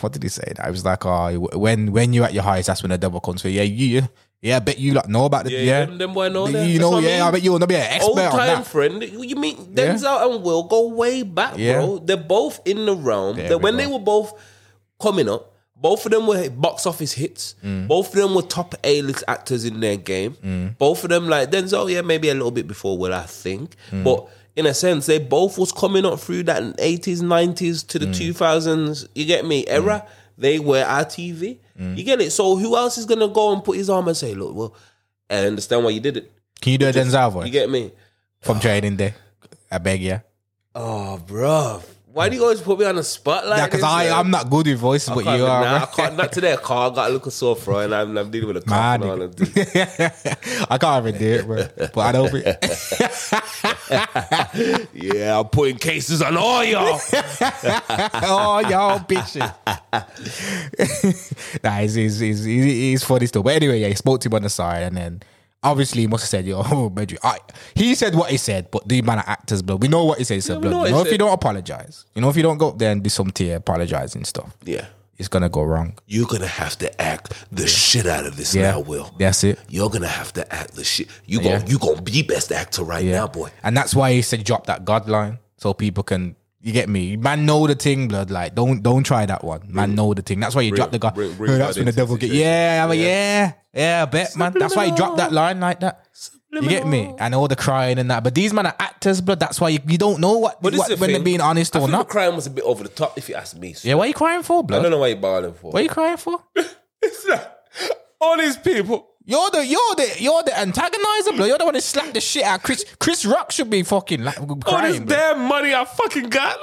[SPEAKER 1] what did he say? I was like, uh, when when you're at your highest, that's when the devil comes. So yeah, you yeah, yeah, I bet you like know about the yeah,
[SPEAKER 2] them- them boy know
[SPEAKER 1] you
[SPEAKER 2] them. That's
[SPEAKER 1] know
[SPEAKER 2] what I
[SPEAKER 1] yeah, I
[SPEAKER 2] mean.
[SPEAKER 1] bet you'll not be an
[SPEAKER 2] Old
[SPEAKER 1] expert on
[SPEAKER 2] time
[SPEAKER 1] that.
[SPEAKER 2] friend, you mean
[SPEAKER 1] Yeah.
[SPEAKER 2] Denzel and Will go way back,
[SPEAKER 1] Yeah.
[SPEAKER 2] bro. They're both in the realm.
[SPEAKER 1] There
[SPEAKER 2] That
[SPEAKER 1] we
[SPEAKER 2] when
[SPEAKER 1] go.
[SPEAKER 2] they were both coming up, Both of them were box office hits.
[SPEAKER 1] Mm.
[SPEAKER 2] Both of them were top A list actors in their game. Both of them, like Denzel, yeah, maybe a little bit before Will, I think.
[SPEAKER 1] Mm.
[SPEAKER 2] But in a sense, they both was coming up through that eighties, nineties to
[SPEAKER 1] Mm.
[SPEAKER 2] the two thousands. You get me? Era. They were our TV.
[SPEAKER 1] Mm.
[SPEAKER 2] You get it? So who else is gonna go and put his arm and say, "Look, well, I understand why you did it."
[SPEAKER 1] Can you do a Denzel voice
[SPEAKER 2] You get me?
[SPEAKER 1] from Trading Day? I beg you.
[SPEAKER 2] Oh, bruv. Why do you always put me on the spot like
[SPEAKER 1] Yeah, because
[SPEAKER 2] this,
[SPEAKER 1] I
[SPEAKER 2] man?
[SPEAKER 1] I'm not good with voices, but
[SPEAKER 2] can't
[SPEAKER 1] you
[SPEAKER 2] be-
[SPEAKER 1] are.
[SPEAKER 2] nah, I
[SPEAKER 1] right?
[SPEAKER 2] can't, not today. I can't. I got a little sore throat and I'm, I'm dealing with a cough
[SPEAKER 1] Mad.
[SPEAKER 2] and all of this.
[SPEAKER 1] I can't even do it, bro. But I know it.
[SPEAKER 2] Yeah, I'm putting cases on all y'all.
[SPEAKER 1] oh, y'all bitches. nah, it's, it's, it's, it's funny still. But anyway, yeah, he spoke to him on the side and then obviously he must have said, yo, oh, Benji, I, he said what he said, but the man of actors, blood. We know what he said. He said,
[SPEAKER 2] we
[SPEAKER 1] blood,
[SPEAKER 2] know what
[SPEAKER 1] you
[SPEAKER 2] he
[SPEAKER 1] know, if
[SPEAKER 2] said.
[SPEAKER 1] you don't apologize, you know, if you don't go up there and do something to apologize and stuff,
[SPEAKER 2] yeah.
[SPEAKER 1] it's going to go wrong.
[SPEAKER 2] You're going to have to act the shit out of this
[SPEAKER 1] Yeah.
[SPEAKER 2] now, Will.
[SPEAKER 1] That's it.
[SPEAKER 2] You're going to have to act the shit. You gon'
[SPEAKER 1] Yeah.
[SPEAKER 2] you going to be best actor right now, boy.
[SPEAKER 1] And that's why he said drop that God line so people can you get me. Man know the thing, blood. Like don't don't try that one. Man know the thing. That's why you drop the God.
[SPEAKER 2] bring- bring
[SPEAKER 1] Oh,
[SPEAKER 2] God
[SPEAKER 1] that's when the
[SPEAKER 2] into
[SPEAKER 1] devil get
[SPEAKER 2] situation.
[SPEAKER 1] yeah, I'm like, yeah, yeah, I bet man. That's why you drop that line like that. You get me? And all the crying and that. But these men are actors, blood. That's why you, you don't know what,
[SPEAKER 2] But this
[SPEAKER 1] what
[SPEAKER 2] is the
[SPEAKER 1] when they're
[SPEAKER 2] thing.
[SPEAKER 1] being honest or
[SPEAKER 2] I think
[SPEAKER 1] not.
[SPEAKER 2] the crime was a bit over the top, if you ask me.
[SPEAKER 1] yeah, what are you crying for,
[SPEAKER 2] I
[SPEAKER 1] blood?
[SPEAKER 2] don't know why you're bawling for.
[SPEAKER 1] What are you crying for?
[SPEAKER 2] all these people.
[SPEAKER 1] You're the you're the you're the antagonizer, blood. You're the one that slapped the shit out. Chris Chris Rock should be fucking like
[SPEAKER 2] All Oh, this
[SPEAKER 1] crying. blood.
[SPEAKER 2] damn money I fucking got.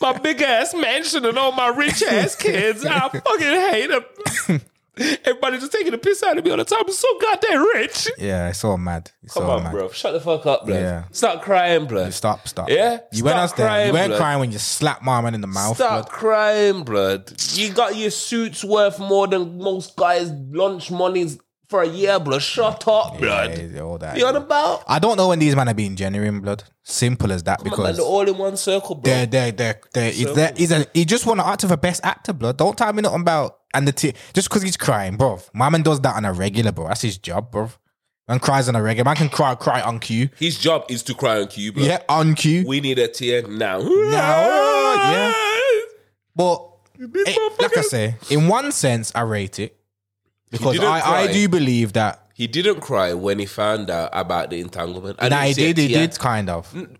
[SPEAKER 2] my big ass mansion and all my rich ass kids. I fucking hate them. Everybody just taking the piss out of me all the time. I'm so goddamn rich.
[SPEAKER 1] Yeah, it's all mad. It's
[SPEAKER 2] Come
[SPEAKER 1] all
[SPEAKER 2] on,
[SPEAKER 1] mad.
[SPEAKER 2] bro. Shut the fuck up, bro.
[SPEAKER 1] Oh Yeah.
[SPEAKER 2] Stop crying, bro.
[SPEAKER 1] Stop, stop.
[SPEAKER 2] Yeah?
[SPEAKER 1] You went
[SPEAKER 2] Stop
[SPEAKER 1] upstairs. you
[SPEAKER 2] crying,
[SPEAKER 1] weren't
[SPEAKER 2] blood.
[SPEAKER 1] crying when you slapped my man in the mouth.
[SPEAKER 2] Stop crying, blood. You got your suits worth more than most guys' lunch monies for a year, blood. Shut up,
[SPEAKER 1] blood.
[SPEAKER 2] blood.
[SPEAKER 1] Yeah, all that.
[SPEAKER 2] You on about?
[SPEAKER 1] I don't know when these men are being genuine, blood. Simple as that.
[SPEAKER 2] Man,
[SPEAKER 1] Because
[SPEAKER 2] they're all in one circle, bro.
[SPEAKER 1] they're they're they're, they're, he's, there- he's a, he just won an actor for best actor, blood. Don't tell me nothing about and the t- just because he's crying, bro. My man does that on a regular, bro. That's his job, bro. Man cries on a regular. Man can cry cry on cue.
[SPEAKER 2] His job is to cry on cue, bro.
[SPEAKER 1] Yeah, on cue.
[SPEAKER 2] We need a tear now.
[SPEAKER 1] Now, But it- like I
[SPEAKER 2] motherfucker-
[SPEAKER 1] say, in one sense, I rate it because
[SPEAKER 2] didn't
[SPEAKER 1] I, I
[SPEAKER 2] cry.
[SPEAKER 1] do believe that
[SPEAKER 2] He didn't cry when he found out about the entanglement. I
[SPEAKER 1] Nah,
[SPEAKER 2] didn't
[SPEAKER 1] he
[SPEAKER 2] see a
[SPEAKER 1] did. He
[SPEAKER 2] tear.
[SPEAKER 1] did kind of.
[SPEAKER 2] Mm.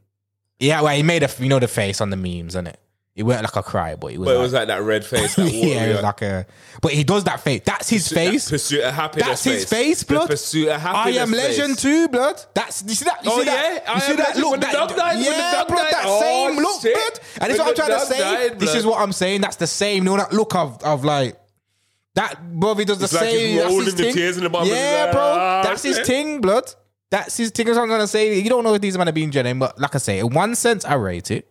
[SPEAKER 1] Yeah, well, he made a you know the face on the memes, and it. It weren't like a cry, but it was.
[SPEAKER 2] But it
[SPEAKER 1] like,
[SPEAKER 2] was like that red face.
[SPEAKER 1] yeah,
[SPEAKER 2] That
[SPEAKER 1] it was
[SPEAKER 2] warrior.
[SPEAKER 1] like a. But he does that face. That's his
[SPEAKER 2] That
[SPEAKER 1] face.
[SPEAKER 2] pursuit of happiness.
[SPEAKER 1] That's his face,
[SPEAKER 2] The
[SPEAKER 1] blood.
[SPEAKER 2] pursuit of
[SPEAKER 1] I
[SPEAKER 2] happiness.
[SPEAKER 1] am
[SPEAKER 2] face.
[SPEAKER 1] legend too, blood. That's you see that. You
[SPEAKER 2] Oh,
[SPEAKER 1] see that?
[SPEAKER 2] yeah?
[SPEAKER 1] you
[SPEAKER 2] I
[SPEAKER 1] see
[SPEAKER 2] Am
[SPEAKER 1] that
[SPEAKER 2] Legend
[SPEAKER 1] look
[SPEAKER 2] when the
[SPEAKER 1] that,
[SPEAKER 2] dog died, when the
[SPEAKER 1] Yeah,
[SPEAKER 2] dog
[SPEAKER 1] blood.
[SPEAKER 2] died.
[SPEAKER 1] That
[SPEAKER 2] Oh,
[SPEAKER 1] same look,
[SPEAKER 2] shit.
[SPEAKER 1] blood. And this is
[SPEAKER 2] When
[SPEAKER 1] what I'm
[SPEAKER 2] the
[SPEAKER 1] trying to
[SPEAKER 2] dog
[SPEAKER 1] say.
[SPEAKER 2] died,
[SPEAKER 1] this is
[SPEAKER 2] blood.
[SPEAKER 1] what I'm saying. That's the same. No, that look of of like. That bro, he does the
[SPEAKER 2] It's like he's
[SPEAKER 1] same. that's
[SPEAKER 2] rolling
[SPEAKER 1] his
[SPEAKER 2] the
[SPEAKER 1] thing.
[SPEAKER 2] tears in the bottom of his
[SPEAKER 1] Yeah,
[SPEAKER 2] eye.
[SPEAKER 1] bro,
[SPEAKER 2] Ah,
[SPEAKER 1] that's his
[SPEAKER 2] shit.
[SPEAKER 1] thing, blood. That's his thing. That's what I'm gonna say. You don't know if these men are being genuine, but like I say, in one sense, I rate it.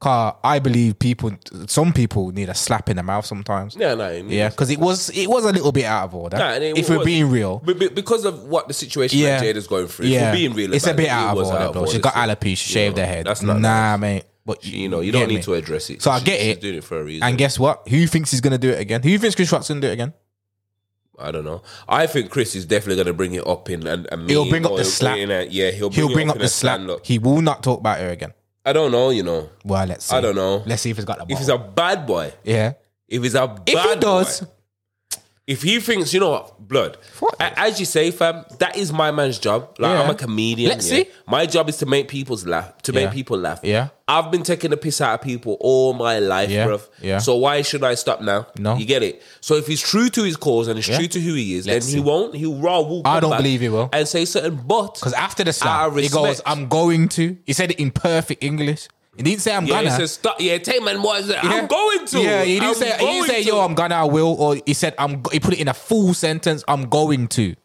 [SPEAKER 1] Car, I believe people, some people need a slap in the mouth sometimes.
[SPEAKER 2] Yeah, no, he-
[SPEAKER 1] Yeah, because it was it was a little bit out of order.
[SPEAKER 2] Nah, and it
[SPEAKER 1] if we're
[SPEAKER 2] was-
[SPEAKER 1] being real,
[SPEAKER 2] Be- be- Because of what the situation
[SPEAKER 1] Yeah.
[SPEAKER 2] that Jada's going through.
[SPEAKER 1] yeah,
[SPEAKER 2] Yeah. being real
[SPEAKER 1] it's a
[SPEAKER 2] about
[SPEAKER 1] bit
[SPEAKER 2] it,
[SPEAKER 1] out
[SPEAKER 2] it
[SPEAKER 1] of
[SPEAKER 2] was
[SPEAKER 1] order, bro. She got
[SPEAKER 2] so,
[SPEAKER 1] alopecia,
[SPEAKER 2] you
[SPEAKER 1] shaved
[SPEAKER 2] know,
[SPEAKER 1] her head.
[SPEAKER 2] That's not
[SPEAKER 1] nah,
[SPEAKER 2] nice.
[SPEAKER 1] mate. But
[SPEAKER 2] You know, you don't
[SPEAKER 1] get
[SPEAKER 2] need
[SPEAKER 1] me.
[SPEAKER 2] to address it.
[SPEAKER 1] So I get
[SPEAKER 2] She's
[SPEAKER 1] it.
[SPEAKER 2] doing it for a reason.
[SPEAKER 1] And guess what? Who thinks he's gonna do it again? Who thinks Chris Rock's gonna do it again?
[SPEAKER 2] I don't know. I think Chris is definitely going to bring it up in and
[SPEAKER 1] He'll bring up the slap.
[SPEAKER 2] yeah, he'll bring,
[SPEAKER 1] He'll
[SPEAKER 2] it
[SPEAKER 1] bring up
[SPEAKER 2] in
[SPEAKER 1] the
[SPEAKER 2] a
[SPEAKER 1] slap.
[SPEAKER 2] stand-up.
[SPEAKER 1] He will not talk about her again.
[SPEAKER 2] I don't know. You know,
[SPEAKER 1] Well, let's see.
[SPEAKER 2] I don't know.
[SPEAKER 1] Let's see if he's got the
[SPEAKER 2] If he's
[SPEAKER 1] ball.
[SPEAKER 2] a bad boy,
[SPEAKER 1] Yeah.
[SPEAKER 2] if he's a bad
[SPEAKER 1] If he does,
[SPEAKER 2] boy, if he thinks, you know what, blood.
[SPEAKER 1] Fuck
[SPEAKER 2] A- As you say, fam, that is my man's job. Like
[SPEAKER 1] Yeah.
[SPEAKER 2] I'm a comedian.
[SPEAKER 1] Let's
[SPEAKER 2] yeah.
[SPEAKER 1] see.
[SPEAKER 2] My job is to make people's laugh. To
[SPEAKER 1] Yeah.
[SPEAKER 2] make people laugh.
[SPEAKER 1] Yeah.
[SPEAKER 2] I've been taking the piss out of people all my life,
[SPEAKER 1] Yeah.
[SPEAKER 2] bruv.
[SPEAKER 1] Yeah.
[SPEAKER 2] So why should I stop now?
[SPEAKER 1] No.
[SPEAKER 2] You get it? So if he's true to his cause and he's true to who he is,
[SPEAKER 1] Let's
[SPEAKER 2] then
[SPEAKER 1] see.
[SPEAKER 2] he won't. He'll raw will
[SPEAKER 1] I
[SPEAKER 2] come
[SPEAKER 1] don't
[SPEAKER 2] back
[SPEAKER 1] believe he will.
[SPEAKER 2] And say certain but
[SPEAKER 1] because after the
[SPEAKER 2] Out
[SPEAKER 1] slap,
[SPEAKER 2] of
[SPEAKER 1] he goes,
[SPEAKER 2] respect.
[SPEAKER 1] "I'm going to." He said it in perfect English. He didn't say, "I'm
[SPEAKER 2] Yeah, he
[SPEAKER 1] gonna."
[SPEAKER 2] says, stop. Yeah, take man, what is it?
[SPEAKER 1] Yeah.
[SPEAKER 2] I'm going to.
[SPEAKER 1] Yeah, he didn't
[SPEAKER 2] I'm
[SPEAKER 1] say. He didn't
[SPEAKER 2] going
[SPEAKER 1] say,
[SPEAKER 2] to.
[SPEAKER 1] "Yo, I'm gonna, I will," or he said, "I'm." go-" He put it in a full sentence. I'm going to.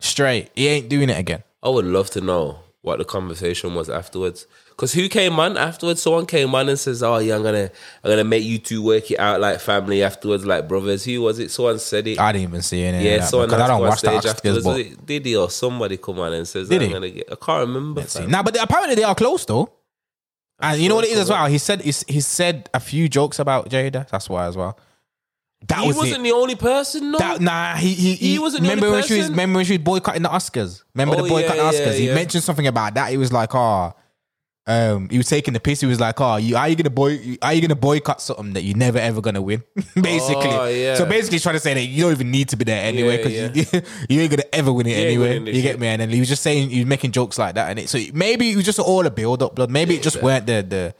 [SPEAKER 1] Straight. He ain't doing it again.
[SPEAKER 2] I would love to know what the conversation was afterwards. Cause who came on afterwards? Someone came on and says, "Oh yeah, I'm gonna, I'm gonna make you two work it out like family afterwards, like brothers." Who was it? Someone said it.
[SPEAKER 1] I didn't even see any.
[SPEAKER 2] yeah,
[SPEAKER 1] of that,
[SPEAKER 2] someone
[SPEAKER 1] because I
[SPEAKER 2] else
[SPEAKER 1] don't
[SPEAKER 2] go on
[SPEAKER 1] watch that.
[SPEAKER 2] stage
[SPEAKER 1] Oscars,
[SPEAKER 2] afterwards.
[SPEAKER 1] but
[SPEAKER 2] Was it Diddy or somebody come on and says,
[SPEAKER 1] Did
[SPEAKER 2] "I'm
[SPEAKER 1] he?
[SPEAKER 2] gonna get." I can't remember. fam.
[SPEAKER 1] Now, but apparently they are close though. And you know what it is as
[SPEAKER 2] sure.
[SPEAKER 1] well. He said he's, he said a few jokes about Jada. That's why as well. That
[SPEAKER 2] He
[SPEAKER 1] was
[SPEAKER 2] wasn't
[SPEAKER 1] it.
[SPEAKER 2] the only person. No,
[SPEAKER 1] That, nah, he he, he,
[SPEAKER 2] He wasn't the
[SPEAKER 1] remember
[SPEAKER 2] only
[SPEAKER 1] when she was
[SPEAKER 2] person?
[SPEAKER 1] remember when she was boycotting the Oscars. Remember
[SPEAKER 2] Oh,
[SPEAKER 1] the boycott
[SPEAKER 2] yeah,
[SPEAKER 1] the
[SPEAKER 2] yeah,
[SPEAKER 1] Oscars. He
[SPEAKER 2] yeah.
[SPEAKER 1] mentioned something about that. He was like, "Oh, um, he was taking the piss. He was like, "Oh, you are you gonna boy? Are you gonna boycott something that you're never ever gonna win?" basically,
[SPEAKER 2] Oh, yeah.
[SPEAKER 1] so basically he's trying to say that you don't even need to be there anyway because
[SPEAKER 2] Yeah,
[SPEAKER 1] you, you ain't gonna ever win it
[SPEAKER 2] ain't
[SPEAKER 1] anyway.
[SPEAKER 2] winning this
[SPEAKER 1] You get
[SPEAKER 2] shit.
[SPEAKER 1] me? And then he was just saying he was making jokes like that, and it so maybe it was just all a build up, blood. Maybe it just weren't the the.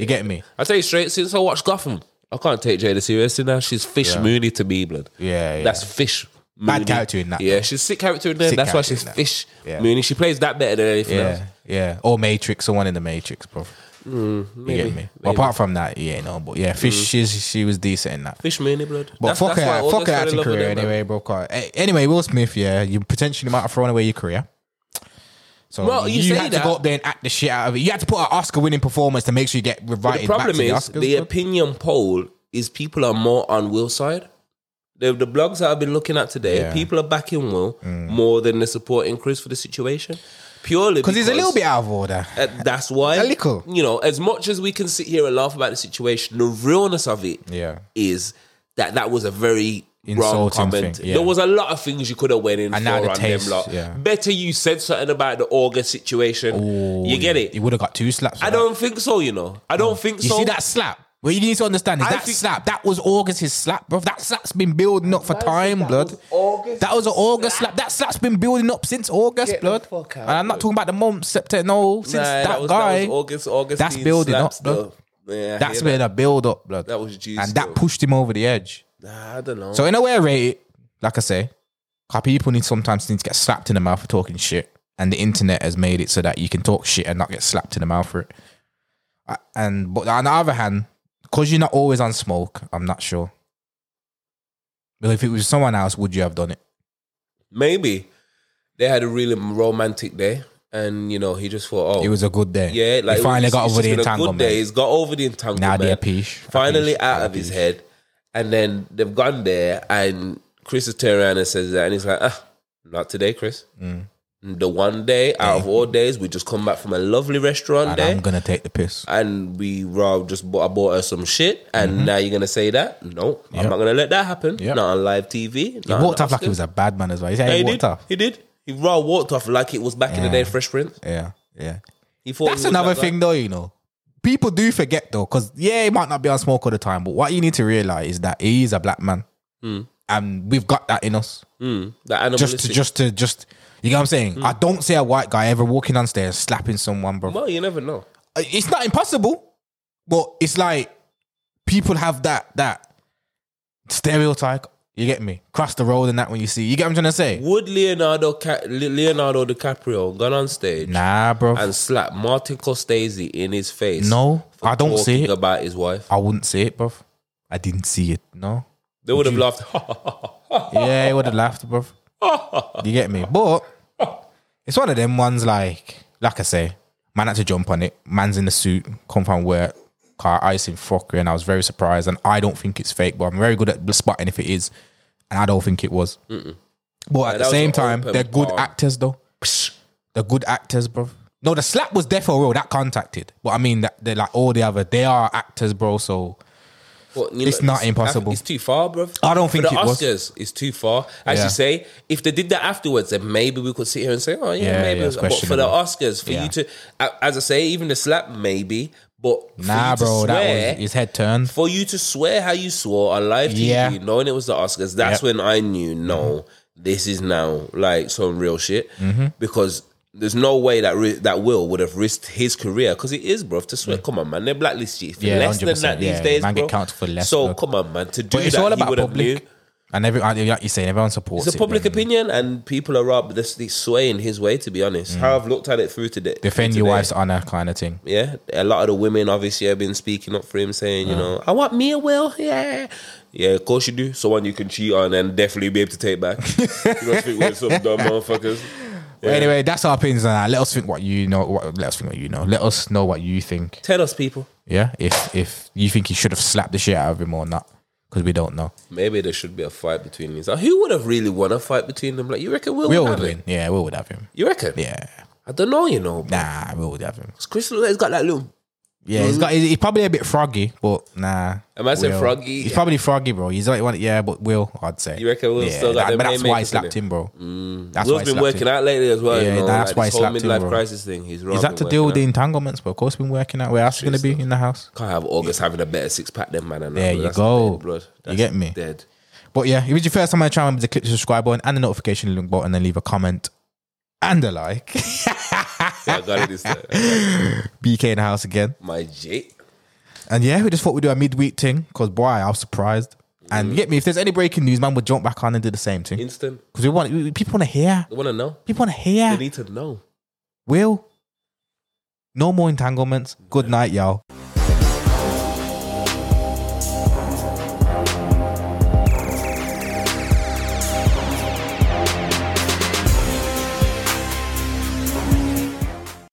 [SPEAKER 1] You get me?
[SPEAKER 2] I tell you straight, since I watched Gotham, I can't take Jada seriously now. She's fish Mooney to me, blood.
[SPEAKER 1] Yeah, yeah.
[SPEAKER 2] That's fish.
[SPEAKER 1] Bad
[SPEAKER 2] Mooney.
[SPEAKER 1] character in that.
[SPEAKER 2] Yeah, she's a sick character in there.
[SPEAKER 1] Sick
[SPEAKER 2] That's why
[SPEAKER 1] character
[SPEAKER 2] she's
[SPEAKER 1] in that.
[SPEAKER 2] fish
[SPEAKER 1] Yeah.
[SPEAKER 2] Mooney. She plays that better than anything else.
[SPEAKER 1] Yeah, yeah. Or Matrix, someone in the Matrix, bro.
[SPEAKER 2] Mm,
[SPEAKER 1] you get me? Well, apart from that, yeah, no, but yeah, Fish, she, she was decent in that.
[SPEAKER 2] Fish Mooney, eh, blood.
[SPEAKER 1] But
[SPEAKER 2] Mm. That's-
[SPEAKER 1] fuck
[SPEAKER 2] that's why I
[SPEAKER 1] her, fuck
[SPEAKER 2] always
[SPEAKER 1] her
[SPEAKER 2] fell in
[SPEAKER 1] acting
[SPEAKER 2] love with
[SPEAKER 1] career
[SPEAKER 2] her, man.
[SPEAKER 1] anyway, bro. Car- a- Anyway, Will Smith, yeah, you potentially might have thrown away your career. So
[SPEAKER 2] Well, you
[SPEAKER 1] you,
[SPEAKER 2] say
[SPEAKER 1] had
[SPEAKER 2] that-
[SPEAKER 1] to go up there and act the shit out of it. You had to put an Oscar-winning performance to make sure you get
[SPEAKER 2] But
[SPEAKER 1] invited
[SPEAKER 2] the
[SPEAKER 1] back
[SPEAKER 2] problem
[SPEAKER 1] to the
[SPEAKER 2] is
[SPEAKER 1] Oscars.
[SPEAKER 2] the,
[SPEAKER 1] bro.
[SPEAKER 2] opinion poll is people are more on Will's side. The, the blogs that I've been looking at today,
[SPEAKER 1] Yeah. Mm.
[SPEAKER 2] people are backing Will more than they're supporting Chris for the situation. Purely
[SPEAKER 1] Because he's a little bit out of order.
[SPEAKER 2] Uh, that's why,
[SPEAKER 1] A little.
[SPEAKER 2] you know, as much as we can sit here and laugh about the situation, the realness of it is
[SPEAKER 1] Yeah.
[SPEAKER 2] that that was a very wrong
[SPEAKER 1] Insulting
[SPEAKER 2] comment.
[SPEAKER 1] thing, yeah.
[SPEAKER 2] There was a lot of things you could have went in
[SPEAKER 1] And
[SPEAKER 2] for
[SPEAKER 1] now the
[SPEAKER 2] on
[SPEAKER 1] taste,
[SPEAKER 2] them lot.
[SPEAKER 1] yeah.
[SPEAKER 2] Better you said something about the August situation. you get it?
[SPEAKER 1] He would have got two slaps.
[SPEAKER 2] I
[SPEAKER 1] for that.
[SPEAKER 2] don't think so. You know, I don't think
[SPEAKER 1] Oh. You
[SPEAKER 2] so.
[SPEAKER 1] see that slap? What you need to understand is
[SPEAKER 2] I
[SPEAKER 1] that
[SPEAKER 2] think-
[SPEAKER 1] slap. That was August's slap, bro. That slap's been building up for
[SPEAKER 2] Man said
[SPEAKER 1] time,
[SPEAKER 2] that
[SPEAKER 1] blood.
[SPEAKER 2] was August
[SPEAKER 1] that was an August slap. That slap's been building up since August,
[SPEAKER 2] Get the
[SPEAKER 1] blood.
[SPEAKER 2] fuck out,
[SPEAKER 1] and I'm not talking about the month, September. No, since
[SPEAKER 2] Nah,
[SPEAKER 1] that,
[SPEAKER 2] was,
[SPEAKER 1] guy,
[SPEAKER 2] that was August, August.
[SPEAKER 1] that's
[SPEAKER 2] these
[SPEAKER 1] building
[SPEAKER 2] slaps,
[SPEAKER 1] up, bro.
[SPEAKER 2] though. Yeah, I
[SPEAKER 1] that's
[SPEAKER 2] hear
[SPEAKER 1] been a build up, blood.
[SPEAKER 2] That was juice,
[SPEAKER 1] and
[SPEAKER 2] though.
[SPEAKER 1] that pushed him over the edge.
[SPEAKER 2] that. Nah, I don't know.
[SPEAKER 1] So in a way, I rate it, like I say, our people need sometimes need to get slapped in the mouth for talking shit, and the internet has made it so that you can talk shit and not get slapped in the mouth for it. I- And but on the other hand, because you're not always on smoke, I'm not sure. But if it was someone else, would you have done it?
[SPEAKER 2] maybe they had a really romantic day, and you know, he just thought, oh,
[SPEAKER 1] It was a good day.
[SPEAKER 2] yeah, like
[SPEAKER 1] he finally
[SPEAKER 2] it's-
[SPEAKER 1] got
[SPEAKER 2] it's
[SPEAKER 1] over the
[SPEAKER 2] just been a Good day.
[SPEAKER 1] entanglement.
[SPEAKER 2] He's got over the entanglement.
[SPEAKER 1] Now they're peace.
[SPEAKER 2] Finally
[SPEAKER 1] Peace.
[SPEAKER 2] out of his head, and then they've gone there, and Chris is turning around and says that, and he's like, ah, not today, Chris.
[SPEAKER 1] Mm.
[SPEAKER 2] The one day
[SPEAKER 1] Eh.
[SPEAKER 2] out of all days, we just come back from a lovely restaurant
[SPEAKER 1] And
[SPEAKER 2] there.
[SPEAKER 1] I'm gonna take the piss.
[SPEAKER 2] and we well, just bought, I bought her some shit, and now you're gonna say that? No, I'm not gonna let that happen.
[SPEAKER 1] Mm-hmm. Yep.
[SPEAKER 2] Not on live TV.
[SPEAKER 1] He walked off like he was a bad man as well. He said he
[SPEAKER 2] he
[SPEAKER 1] walked
[SPEAKER 2] did.
[SPEAKER 1] off.
[SPEAKER 2] He did. He raw walked off like it was back in the day, Fresh Prince.
[SPEAKER 1] Yeah, yeah.
[SPEAKER 2] He thought
[SPEAKER 1] That's
[SPEAKER 2] he was
[SPEAKER 1] another
[SPEAKER 2] that guy.
[SPEAKER 1] thing, though. You know, people do forget though, because yeah, he might not be on smoke all the time, but what you need to realize is that he is a black man, and we've got that in us.
[SPEAKER 2] Mm, that animalistic.
[SPEAKER 1] Just to, just to, just you know what I'm saying. I don't see a white guy ever walking on stairs slapping someone, bro.
[SPEAKER 2] well, you never know.
[SPEAKER 1] It's not impossible, but it's like people have that that stereotype. You get me? Cross the road and that when you see. You get what I'm trying to say?
[SPEAKER 2] Would Leonardo Ca- Le- Leonardo DiCaprio gone on stage
[SPEAKER 1] Nah, bro.
[SPEAKER 2] and slap Martin Scorsese in his face?
[SPEAKER 1] No,
[SPEAKER 2] for
[SPEAKER 1] I don't see
[SPEAKER 2] talking
[SPEAKER 1] it.
[SPEAKER 2] about his wife.
[SPEAKER 1] I wouldn't see it, bro. I didn't see it. No.
[SPEAKER 2] They would have laughed.
[SPEAKER 1] Yeah, he would have laughed, bro. You get me? But it's one of them ones like, like I say, man had to jump on it. Man's in a suit, come from work, car ice in fuckery, and I was very surprised. And I don't think it's fake, but I'm very good at spotting if it is. And I don't think it was. But at
[SPEAKER 2] that
[SPEAKER 1] the
[SPEAKER 2] was
[SPEAKER 1] same
[SPEAKER 2] an
[SPEAKER 1] time,
[SPEAKER 2] open
[SPEAKER 1] they're good
[SPEAKER 2] palm.
[SPEAKER 1] actors, though. They're good actors, bro. No, the slap was death or real. That contacted. But I mean, that they're like all the other. They are actors, bro. So
[SPEAKER 2] But, you
[SPEAKER 1] It's not impossible.
[SPEAKER 2] It's too far, bro.
[SPEAKER 1] I don't think
[SPEAKER 2] For the
[SPEAKER 1] it was.
[SPEAKER 2] Oscars, it's too far. As you
[SPEAKER 1] Yeah.
[SPEAKER 2] say, if they did that afterwards, then maybe we could sit here and say, "Oh yeah,
[SPEAKER 1] Yeah,
[SPEAKER 2] maybe."
[SPEAKER 1] yeah,
[SPEAKER 2] it was,
[SPEAKER 1] it's
[SPEAKER 2] but for the
[SPEAKER 1] questionable.
[SPEAKER 2] Oscars, for you
[SPEAKER 1] Yeah.
[SPEAKER 2] to, a- as I say, even the slap, maybe. But for
[SPEAKER 1] nah,
[SPEAKER 2] you to
[SPEAKER 1] bro.
[SPEAKER 2] swear,
[SPEAKER 1] That was his head turned.
[SPEAKER 2] for you to swear how you swore on live TV,
[SPEAKER 1] Yeah.
[SPEAKER 2] knowing it was the Oscars, that's
[SPEAKER 1] Yep. Mm-hmm.
[SPEAKER 2] when I knew no, this is now like some real shit because. There's no way that ri- that Will would have risked his career because it is, bro. To swear, come on, man, they blacklist you for
[SPEAKER 1] Mm. Yeah,
[SPEAKER 2] less than
[SPEAKER 1] 100%,
[SPEAKER 2] that these
[SPEAKER 1] yeah.
[SPEAKER 2] days,
[SPEAKER 1] Man get
[SPEAKER 2] bro.
[SPEAKER 1] counted for less,
[SPEAKER 2] So
[SPEAKER 1] bro.
[SPEAKER 2] come on, man, to do
[SPEAKER 1] But it's
[SPEAKER 2] that,
[SPEAKER 1] all
[SPEAKER 2] he
[SPEAKER 1] about
[SPEAKER 2] would have knew.
[SPEAKER 1] public. And every, like you saying, everyone supports
[SPEAKER 2] It's a
[SPEAKER 1] it,
[SPEAKER 2] public
[SPEAKER 1] man.
[SPEAKER 2] opinion, and people are up this, this sway in his way. To be honest, how I've looked at it through today.
[SPEAKER 1] Mm. Defend
[SPEAKER 2] through
[SPEAKER 1] your
[SPEAKER 2] today,
[SPEAKER 1] wife's honor, kind of thing.
[SPEAKER 2] Yeah, a lot of the women obviously have been speaking up for him, saying, you
[SPEAKER 1] Uh-huh.
[SPEAKER 2] know, I want me a will. Yeah, yeah, of course you do. Someone you can cheat on and definitely be able to take back. you don't speak with some dumb motherfuckers. Yeah.
[SPEAKER 1] Anyway, that's our opinions on that. Let us think what you know. What, let us think what you know. Let us know what you think.
[SPEAKER 2] tell us, people.
[SPEAKER 1] Yeah, if if you think he should have slapped the shit out of him or not, because we don't know.
[SPEAKER 2] Maybe there should be a fight between these. Who would have really won a fight between them? Like you reckon? Will
[SPEAKER 1] Will
[SPEAKER 2] have
[SPEAKER 1] would
[SPEAKER 2] it?
[SPEAKER 1] win. Yeah, Will would have him.
[SPEAKER 2] You reckon?
[SPEAKER 1] Yeah,
[SPEAKER 2] I don't know. You know,
[SPEAKER 1] nah, Will would have him.
[SPEAKER 2] Chris Lewis got that little
[SPEAKER 1] Yeah, he's got. He's, he's probably a bit froggy, but nah.
[SPEAKER 2] Mm-hmm. Am I saying
[SPEAKER 1] Will.
[SPEAKER 2] froggy?
[SPEAKER 1] He's probably froggy, bro. He's like one. Yeah, but Will, I'd say.
[SPEAKER 2] You reckon Will's
[SPEAKER 1] yeah,
[SPEAKER 2] still
[SPEAKER 1] that-
[SPEAKER 2] got them
[SPEAKER 1] But that's why I
[SPEAKER 2] haymakers in
[SPEAKER 1] slapped
[SPEAKER 2] him?
[SPEAKER 1] him, bro. That's why
[SPEAKER 2] Mm. Will's
[SPEAKER 1] I
[SPEAKER 2] been
[SPEAKER 1] slapped
[SPEAKER 2] working
[SPEAKER 1] him.
[SPEAKER 2] out lately as well.
[SPEAKER 1] Yeah,
[SPEAKER 2] you know,
[SPEAKER 1] that's
[SPEAKER 2] like
[SPEAKER 1] why
[SPEAKER 2] this
[SPEAKER 1] I
[SPEAKER 2] whole
[SPEAKER 1] slapped him,
[SPEAKER 2] midlife
[SPEAKER 1] bro.
[SPEAKER 2] crisis thing. He's
[SPEAKER 1] Is that to deal with the entanglements, bro? Of course, we've been working out. Where else you gonna be in the house?
[SPEAKER 2] Can't have August having a better six pack than man. And
[SPEAKER 1] There
[SPEAKER 2] that,
[SPEAKER 1] you
[SPEAKER 2] bro. That's
[SPEAKER 1] go.
[SPEAKER 2] dead, blood.
[SPEAKER 1] You
[SPEAKER 2] That's
[SPEAKER 1] get me?
[SPEAKER 2] Dead.
[SPEAKER 1] But yeah, if it's your first time on the channel, remember to click the subscribe button and the notification link button, and leave a comment and a like.
[SPEAKER 2] Yeah, I got it this time.
[SPEAKER 1] BK in the house again.
[SPEAKER 2] My J.
[SPEAKER 1] And yeah, we just thought we'd do a midweek thing because boy, I was surprised. And
[SPEAKER 2] Mm.
[SPEAKER 1] you get me, if there's any breaking news, man, we'll jump back on and do the same thing because
[SPEAKER 2] Instant.
[SPEAKER 1] we want we- people want to hear.
[SPEAKER 2] They want to know.
[SPEAKER 1] People want to
[SPEAKER 2] They
[SPEAKER 1] hear.
[SPEAKER 2] need to know.
[SPEAKER 1] Will no more entanglements. Good night, y'all.